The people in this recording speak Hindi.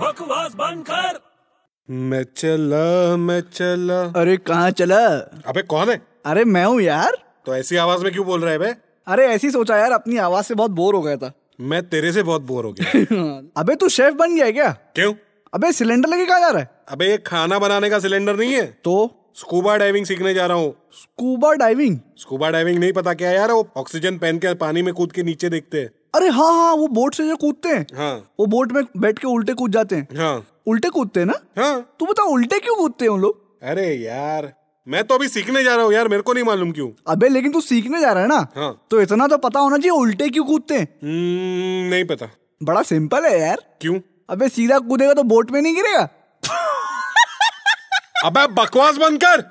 बकवास बंद कर मैं चला मैं चला अरे कहाँ चला अबे कौन है अरे मैं हूँ यार तो ऐसी आवाज में क्यों बोल रहा है बे अरे ऐसी सोचा यार अपनी आवाज से बहुत बोर हो गया था मैं तेरे से बहुत बोर हो गया अबे तू शेफ बन गया है क्या क्यों अबे सिलेंडर लेके कहाँ जा रहा है अबे ये खाना बनाने का सिलेंडर नहीं है तो स्कूबा डाइविंग सीखने जा रहा हूँ स्कूबा डाइविंग स्कूबा डाइविंग नहीं पता क्या यार वो ऑक्सीजन पहन के पानी में कूद के नीचे देखते हैं अरे हाँ हाँ वो बोट से जो कूदते हैं हाँ वो बोट में बैठ के उल्टे कूद जाते हैं हाँ उल्टे कूदते हैं ना हाँ तू बता उल्टे क्यों कूदते हैं उन लोग अरे यार मैं तो अभी सीखने जा रहा हूँ यार मेरे को नहीं मालूम क्यों अबे लेकिन तू सीखने जा रहा है ना हाँ तो इतना तो पता होना चाहिए उल्टे क्यों कूदते हैं हम्म, नहीं पता बड़ा सिंपल है यार क्यों अबे सीधा कूदेगा तो बोट में नहीं गिरेगा अबे बकवास बंद कर